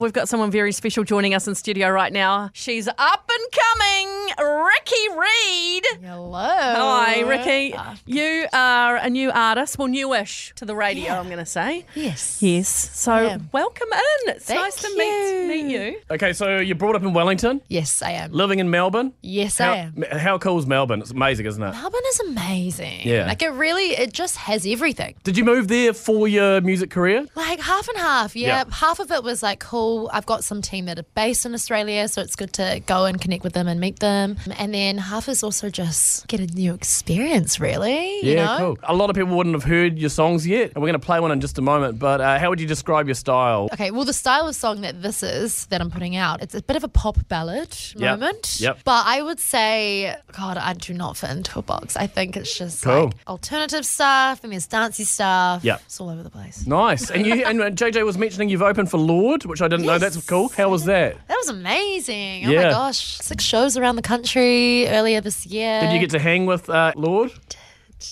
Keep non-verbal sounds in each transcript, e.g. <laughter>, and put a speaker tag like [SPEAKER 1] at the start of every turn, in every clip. [SPEAKER 1] We've got someone very special joining us in studio right now. She's up and coming, Ricky Reed.
[SPEAKER 2] Hello.
[SPEAKER 1] Hi, Ricky. You are a new artist, well, newish to the radio, I'm going to say.
[SPEAKER 2] Yes.
[SPEAKER 1] Yes. So,
[SPEAKER 2] am.
[SPEAKER 1] welcome in. It's
[SPEAKER 2] Thank
[SPEAKER 1] nice to meet,
[SPEAKER 2] you.
[SPEAKER 1] meet you.
[SPEAKER 3] Okay, so you're brought up in Wellington,
[SPEAKER 2] Yes, I am.
[SPEAKER 3] living in Melbourne.
[SPEAKER 2] Yes,
[SPEAKER 3] How,
[SPEAKER 2] I am.
[SPEAKER 3] m- how cool is Melbourne? It's amazing, isn't it?
[SPEAKER 2] Melbourne is amazing.
[SPEAKER 3] Yeah.
[SPEAKER 2] Like it really, it just has everything.
[SPEAKER 3] Did you move there for your music career?
[SPEAKER 2] Like half and half. Yeah.
[SPEAKER 3] Yeah.
[SPEAKER 2] Half of it was like, cool. I've got some team that are based in Australia, so it's good to go and connect with them and meet them. And then half is also just get a new experience, really. you know?
[SPEAKER 3] cool. A lot of people wouldn't have heard your songs yet, and we're going to play one in just a moment. But uh, how would you describe your style?
[SPEAKER 2] Okay, well, the style of song that this is that I'm putting out, it's a bit of a pop ballad
[SPEAKER 3] Yep,
[SPEAKER 2] moment.
[SPEAKER 3] yep.
[SPEAKER 2] But I would say, God, I do not fit into a box. I think it's just
[SPEAKER 3] Cool.
[SPEAKER 2] like alternative stuff and there's dancey stuff.
[SPEAKER 3] Yep.
[SPEAKER 2] It's all over the place.
[SPEAKER 3] Nice. And you and uh, JJ was mentioning you've opened for Lord, which I didn't know. That's cool. How was that?
[SPEAKER 2] That was amazing. Oh
[SPEAKER 3] Yeah.
[SPEAKER 2] my gosh. Six shows around the country earlier this year.
[SPEAKER 3] Did you get to hang with uh, Lord?
[SPEAKER 2] <laughs>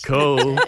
[SPEAKER 3] Cool.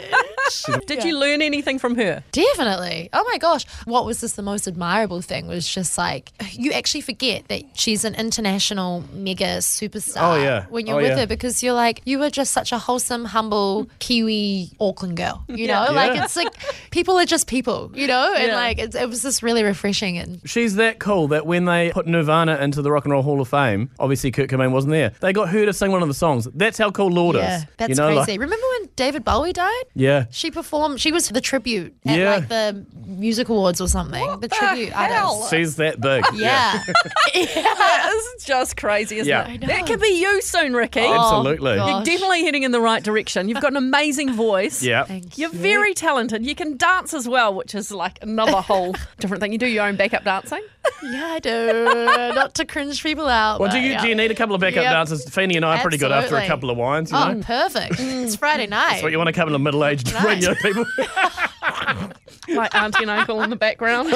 [SPEAKER 1] Did you learn anything from her?
[SPEAKER 2] Definitely. Oh my gosh. What was just the most admirable thing was just like you actually forget that she's an international mega superstar
[SPEAKER 3] Oh, yeah.
[SPEAKER 2] when you're
[SPEAKER 3] Oh,
[SPEAKER 2] with
[SPEAKER 3] yeah.
[SPEAKER 2] her because you're like you were just such a wholesome, humble Kiwi Auckland girl. You know? Like
[SPEAKER 3] Yeah.
[SPEAKER 2] it's like people are just people, you know? And
[SPEAKER 1] Yeah.
[SPEAKER 2] like it's, it was just really refreshing and
[SPEAKER 3] She's that cool that when they put Nirvana into the Rock and Roll Hall of Fame, obviously Kurt Cobain wasn't there. They got her to sing one of the songs. That's how cool Lord
[SPEAKER 2] yeah,
[SPEAKER 3] is.
[SPEAKER 2] that's
[SPEAKER 3] you know, like-
[SPEAKER 2] crazy. Remember when David Bowie died?
[SPEAKER 3] yeah.
[SPEAKER 2] She performed she was the tribute at
[SPEAKER 3] Yeah.
[SPEAKER 2] like the music awards or something. the, tribute
[SPEAKER 1] hell?
[SPEAKER 2] artist.
[SPEAKER 3] She's that big.
[SPEAKER 2] <laughs> Yeah.
[SPEAKER 1] That is just crazy, isn't
[SPEAKER 3] Yeah.
[SPEAKER 1] it? That could be you soon, Ricky.
[SPEAKER 3] <laughs> Absolutely.
[SPEAKER 1] You're
[SPEAKER 2] Oh, gosh.
[SPEAKER 1] definitely heading in the right direction. You've got an amazing voice.
[SPEAKER 3] Yeah.
[SPEAKER 2] Thank
[SPEAKER 1] You're
[SPEAKER 2] you.
[SPEAKER 1] very talented. You can dance as well, which is like another whole different thing. You do your own backup dancing.
[SPEAKER 2] Yeah, I do. Not to cringe people out.
[SPEAKER 3] Well, do
[SPEAKER 2] but
[SPEAKER 3] you,
[SPEAKER 2] yeah.
[SPEAKER 3] do you need a couple of backup
[SPEAKER 2] Yep.
[SPEAKER 3] dancers? Feeney and I are pretty good after a
[SPEAKER 2] Absolutely.
[SPEAKER 3] couple of wines, you
[SPEAKER 2] Oh,
[SPEAKER 3] know?
[SPEAKER 2] perfect. it's Friday night.
[SPEAKER 3] But you want a couple of middle aged <laughs> radio
[SPEAKER 2] <laughs>
[SPEAKER 3] people.
[SPEAKER 1] my auntie and uncle in the background.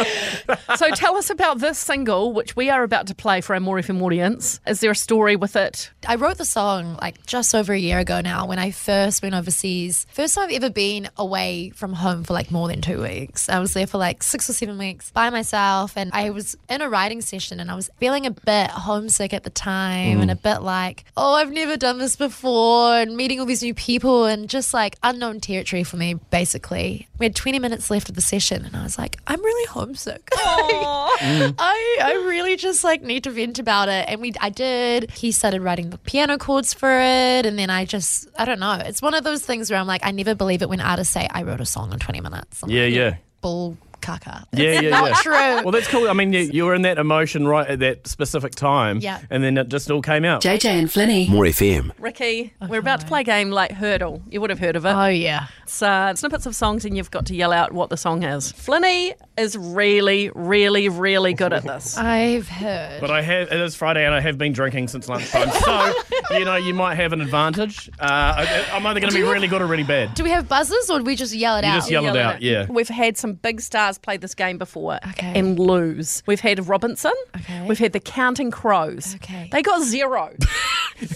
[SPEAKER 1] so tell us about this single, which we are about to play for our More FM audience. Is there a story with it?
[SPEAKER 2] I wrote the song like just over a year ago now when I first went overseas. First time I've ever been away from home for like more than two weeks. I was there for like six or seven weeks by myself and I was in a writing session and I was feeling a bit homesick at the time and a bit like, oh, I've never done this before and meeting all these new people and just like unknown territory for me, basically. We had 20 minutes left of the session and I was like, I'm really homesick. <laughs> I, I really just like need to vent about it. And we I did. He started writing the piano chords for it. And then I just, I don't know. It's one of those things where I'm like, I never believe it when artists say, I wrote a song in 20 minutes. I'm
[SPEAKER 3] yeah,
[SPEAKER 2] like,
[SPEAKER 3] yeah.
[SPEAKER 2] Bull caca.
[SPEAKER 3] Yeah, yeah, yeah.
[SPEAKER 2] True.
[SPEAKER 3] Well, that's cool. I mean, you, you were in that emotion right at that specific time.
[SPEAKER 2] Yeah.
[SPEAKER 3] And then it just all came out.
[SPEAKER 4] JJ and Flinny.
[SPEAKER 5] More FM.
[SPEAKER 1] Ricky, we're about to play a game like Hurdle. You would have heard of it.
[SPEAKER 2] oh, yeah.
[SPEAKER 1] It's uh, snippets of songs, and you've got to yell out what the song is. Flinny is really, really, really good at this.
[SPEAKER 2] I've heard.
[SPEAKER 3] But I have, it is Friday and I have been drinking since lunchtime.
[SPEAKER 2] <laughs>
[SPEAKER 3] so, you know, you might have an advantage. Uh, I, I'm either going to be really good or really bad.
[SPEAKER 2] Do we have buzzers or do we just yell it
[SPEAKER 3] You
[SPEAKER 2] out?
[SPEAKER 3] just yell it
[SPEAKER 1] Yell at
[SPEAKER 3] out, yeah.
[SPEAKER 1] We've had some big stars play this game before
[SPEAKER 2] Okay.
[SPEAKER 1] and lose. We've had Robinson.
[SPEAKER 2] Okay.
[SPEAKER 1] We've had the Counting Crows.
[SPEAKER 2] Okay.
[SPEAKER 1] They got
[SPEAKER 2] <laughs>
[SPEAKER 1] zero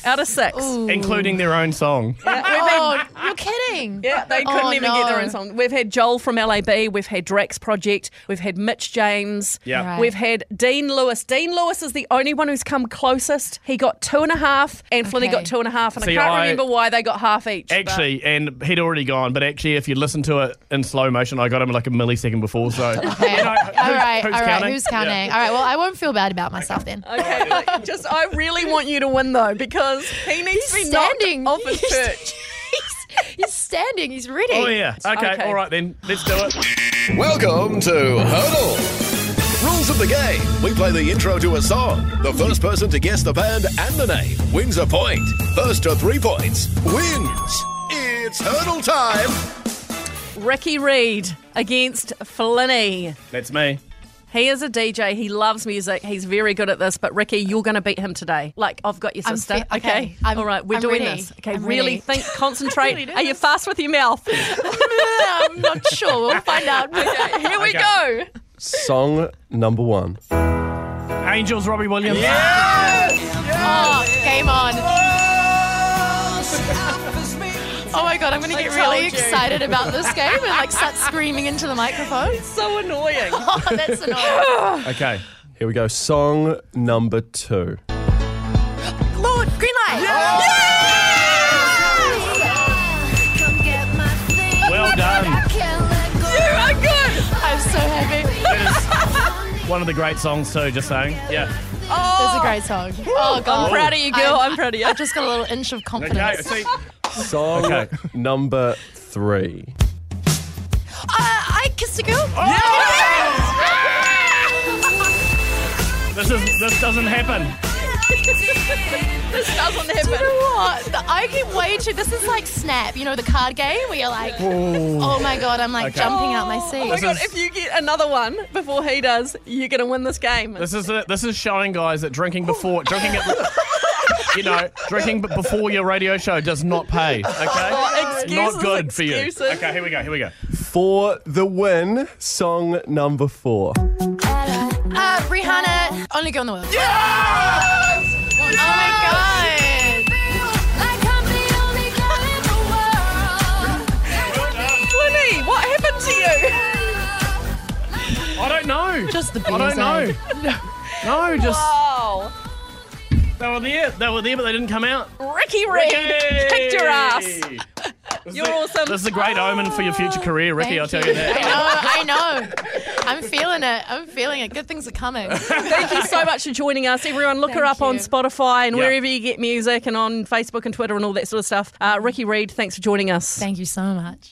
[SPEAKER 1] out of six.
[SPEAKER 3] Including their own song.
[SPEAKER 2] Oh, you're kidding.
[SPEAKER 1] Yeah, they couldn't
[SPEAKER 2] Oh,
[SPEAKER 1] even get their
[SPEAKER 2] no.
[SPEAKER 1] own song. We've had Joel from LAB, we've had Drax Project, we've had Mitch James,
[SPEAKER 3] Yeah.
[SPEAKER 2] Right.
[SPEAKER 1] we've had Dean Lewis. Dean Lewis is the only one who's come closest. He got two and a half, and Flinny
[SPEAKER 2] Okay.
[SPEAKER 1] got two and a half, and
[SPEAKER 3] See,
[SPEAKER 1] I can't
[SPEAKER 3] I-
[SPEAKER 1] remember why they got half each. but-
[SPEAKER 3] Actually, and he'd already gone, but actually, if you listen to it in slow motion, I got him like a millisecond before, so.
[SPEAKER 2] <laughs> Okay.
[SPEAKER 3] You know, who's-
[SPEAKER 2] all right,
[SPEAKER 3] who's
[SPEAKER 2] all right.
[SPEAKER 3] counting?
[SPEAKER 2] Who's
[SPEAKER 3] Yeah.
[SPEAKER 2] counting? All right, well, I won't feel bad about myself then.
[SPEAKER 1] Okay, but just I really want you to win though because he needs to be standing.
[SPEAKER 2] standing. <laughs>
[SPEAKER 1] knocked off his
[SPEAKER 2] He's-
[SPEAKER 1] perch.
[SPEAKER 2] he's, he's standing. He's ready.
[SPEAKER 3] Oh, yeah. Okay,
[SPEAKER 1] Okay.
[SPEAKER 3] all right then. Let's do it.
[SPEAKER 6] Welcome to Hurdle. Rules of the game. We play the intro to a song. The first person to guess the band and the name wins a point. First to three points wins. It's hurdle time.
[SPEAKER 1] Ricky Reed against Flinny.
[SPEAKER 3] That's me.
[SPEAKER 1] He is a DJ. He loves music. He's very good at this. But Ricky, you're going to beat him today. Like I've got your
[SPEAKER 2] I'm
[SPEAKER 1] sister.
[SPEAKER 2] fe- okay. I'm-
[SPEAKER 1] All right, we're
[SPEAKER 2] I'm
[SPEAKER 1] doing
[SPEAKER 2] ready.
[SPEAKER 1] this. Okay,
[SPEAKER 2] I'm
[SPEAKER 1] really
[SPEAKER 2] ready. <laughs>
[SPEAKER 1] think, concentrate.
[SPEAKER 2] really
[SPEAKER 1] Are you fast with your mouth?
[SPEAKER 2] <laughs>
[SPEAKER 1] Oh
[SPEAKER 2] I'm not sure. We'll find <laughs> out.
[SPEAKER 1] Okay, here we
[SPEAKER 3] Okay.
[SPEAKER 1] go.
[SPEAKER 7] Song number one.
[SPEAKER 3] Angels, Robbie Williams.
[SPEAKER 2] Oh, game on. Oh my god, I'm gonna get
[SPEAKER 1] told
[SPEAKER 2] really
[SPEAKER 1] you.
[SPEAKER 2] excited about <laughs> this game and like start screaming into the microphone.
[SPEAKER 1] So annoying.
[SPEAKER 2] <laughs> Oh, that's
[SPEAKER 3] <laughs>
[SPEAKER 2] annoying.
[SPEAKER 3] Okay.
[SPEAKER 7] Here we go. Song number two.
[SPEAKER 2] Lord, green light.
[SPEAKER 3] Well done.
[SPEAKER 2] You are good. I'm so happy.
[SPEAKER 3] One of the great songs too. Just saying. Yeah.
[SPEAKER 2] That's a great song. Oh god,
[SPEAKER 1] I'm proud of you, girl. I'm, proud of
[SPEAKER 2] <laughs>
[SPEAKER 1] you.
[SPEAKER 2] I've just got a little inch of
[SPEAKER 3] Okay.
[SPEAKER 2] confidence.
[SPEAKER 3] See.
[SPEAKER 7] Song
[SPEAKER 3] Okay.
[SPEAKER 7] number three.
[SPEAKER 2] Uh, I kissed a
[SPEAKER 3] Oh!
[SPEAKER 2] girl.
[SPEAKER 3] This is. This doesn't happen.
[SPEAKER 1] this doesn't
[SPEAKER 2] Do you
[SPEAKER 1] happen.
[SPEAKER 2] know what? The- I get way too. This is like Snap, you know, the card game where you're like, oh my god, I'm like
[SPEAKER 3] Okay.
[SPEAKER 2] jumping out my seat.
[SPEAKER 1] Oh my god,
[SPEAKER 3] is-
[SPEAKER 1] if you get another one before he does, you're going to win this game.
[SPEAKER 3] This is it. This is showing guys that drinking before drinking it. <laughs> You know, drinking b- before your radio show does not pay. Okay,
[SPEAKER 1] excuses,
[SPEAKER 3] not good for you.
[SPEAKER 1] excuses.
[SPEAKER 3] Okay, here we go. Here we go.
[SPEAKER 7] For the win, song number four.
[SPEAKER 2] Uh, Rihanna, only girl in the world. Oh my god.
[SPEAKER 1] Lenny, what happened to you?
[SPEAKER 3] I don't know.
[SPEAKER 2] Just the
[SPEAKER 3] I don't
[SPEAKER 2] bees,
[SPEAKER 3] know. <laughs> No, just
[SPEAKER 1] Wow.
[SPEAKER 3] they were there. They were there, but they didn't come out.
[SPEAKER 1] Ricky Reed kicked your ass. You're awesome.
[SPEAKER 3] This is a great omen for your future career, Ricky. I'll tell you that.
[SPEAKER 2] I know, I know. I'm feeling it. I'm feeling it. Good things are
[SPEAKER 3] <laughs>
[SPEAKER 2] coming.
[SPEAKER 1] Thank you so much for joining us. Everyone, look her up
[SPEAKER 2] Thank
[SPEAKER 1] on
[SPEAKER 2] you.
[SPEAKER 1] Spotify and
[SPEAKER 3] Yeah.
[SPEAKER 1] wherever you get music and on Facebook and Twitter and all that sort of stuff. Uh, Ricky Reed, thanks for joining us.
[SPEAKER 2] Thank you so much.